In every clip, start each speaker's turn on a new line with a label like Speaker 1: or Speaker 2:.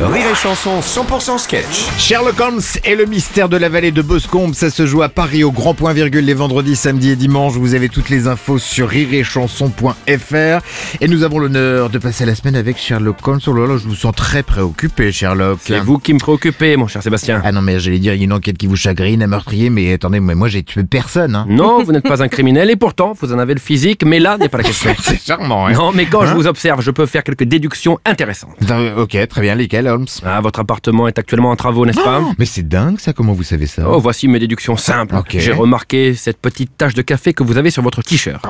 Speaker 1: Rire et Chanson 100% sketch.
Speaker 2: Sherlock Holmes et le mystère de la vallée de Boscombe, ça se joue à Paris au grand point virgule les vendredis, samedis et dimanches. Vous avez toutes les infos sur rireetchanson.fr et nous avons l'honneur de passer la semaine avec Sherlock Holmes. Oh là là, je vous sens très préoccupé, Sherlock.
Speaker 3: C'est vous qui me préoccupez, mon cher Sébastien.
Speaker 2: Ah non, mais j'allais dire, il y a une enquête qui vous chagrine, un meurtrier, mais attendez, mais moi j'ai tué personne. Hein.
Speaker 3: Non, vous n'êtes pas un criminel et pourtant, vous en avez le physique, mais là n'est pas la question.
Speaker 2: C'est charmant, hein.
Speaker 3: Non, mais quand je vous observe, je peux faire quelques déductions intéressantes.
Speaker 2: Enfin, euh, ok, très bien, lesquels, Holmes
Speaker 3: Ah, votre appartement est actuellement en travaux, n'est-ce pas
Speaker 2: Mais c'est dingue ça, comment vous savez ça
Speaker 3: Oh, voici mes déductions simples.
Speaker 2: Ok.
Speaker 3: J'ai remarqué cette petite tache de café que vous avez sur votre t-shirt.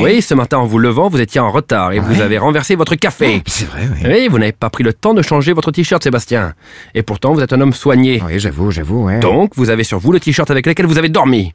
Speaker 3: Oui, ce matin en vous levant, vous étiez en retard et vous avez renversé votre café.
Speaker 2: Ah, C'est vrai, oui.
Speaker 3: Oui, vous n'avez pas pris le temps de changer votre t-shirt, Sébastien. Et pourtant, vous êtes un homme soigné.
Speaker 2: Oui, j'avoue, j'avoue, ouais.
Speaker 3: Donc, vous avez sur vous le t-shirt avec lequel vous avez dormi.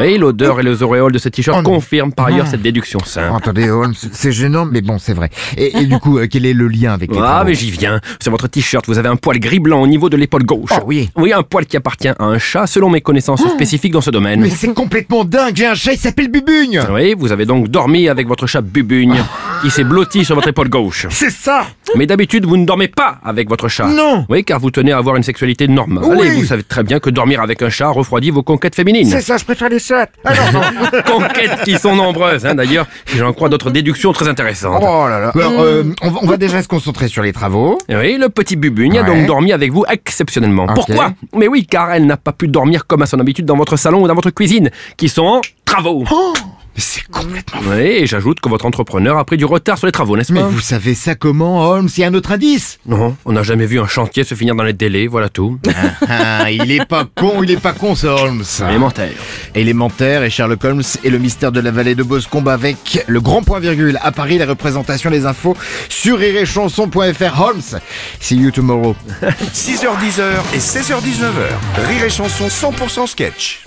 Speaker 3: Et l'odeur et les auréoles de ce t-shirt
Speaker 2: Ah. Oh non.
Speaker 3: confirment par ailleurs cette déduction
Speaker 2: Oh,
Speaker 3: simple.
Speaker 2: attendez, Holmes, c'est gênant, mais bon, c'est vrai. Et, et du coup, euh, quel est le lien avec les
Speaker 3: Ah,
Speaker 2: travaux
Speaker 3: mais j'y viens. Sur votre t-shirt, vous avez un poil gris-blanc au niveau de l'épaule gauche.
Speaker 2: Oh, oui. Ah.
Speaker 3: Oui, un poil qui appartient à un chat, selon mes connaissances spécifiques dans ce domaine.
Speaker 2: Mais c'est complètement dingue, j'ai un chat, il s'appelle Bubugne
Speaker 3: Oui, vous avez donc dormi avec votre chat Bubugne,
Speaker 2: Ah.
Speaker 3: qui s'est blotti sur votre épaule gauche.
Speaker 2: C'est ça
Speaker 3: Mais d'habitude, vous ne dormez pas avec votre chat.
Speaker 2: Non.
Speaker 3: Oui, car vous tenez à avoir une sexualité normale.
Speaker 2: Oui.
Speaker 3: Et vous savez très bien que dormir avec un chat refroidit vos conquêtes féminines.
Speaker 2: C'est ça, je préfère les chats Ah non, non.
Speaker 3: Conquêtes qui sont nombreuses, hein, d'ailleurs, si j'en crois d'autres déductions très intéressantes.
Speaker 2: Oh là là Alors, euh, on, va, on va déjà se concentrer sur les travaux.
Speaker 3: Oui, le petit Bubugne a
Speaker 2: Ouais.
Speaker 3: donc dormi avec vous exceptionnellement.
Speaker 2: Ok.
Speaker 3: Pourquoi Mais oui, car elle n'a pas pu dormir comme à son habitude dans votre salon ou dans votre cuisine, qui sont en travaux.
Speaker 2: Mais c'est complètement...
Speaker 3: Oui, et j'ajoute que votre entrepreneur a pris du retard sur les travaux, n'est-ce
Speaker 2: Mais
Speaker 3: pas
Speaker 2: vous savez ça comment, Holmes Il y a un autre indice
Speaker 3: Non, on n'a jamais vu un chantier se finir dans les délais, voilà tout.
Speaker 2: Ah, Il est pas con, il est pas con, ce Holmes
Speaker 3: Élémentaire.
Speaker 2: Élémentaire et Sherlock Holmes et le mystère de la vallée de Boscombe avec le grand point virgule à Paris, les représentations, les infos sur iréchanson.fr. Holmes, see you tomorrow.
Speaker 1: 6h10 et 16h19. Rire et Chanson 100% sketch.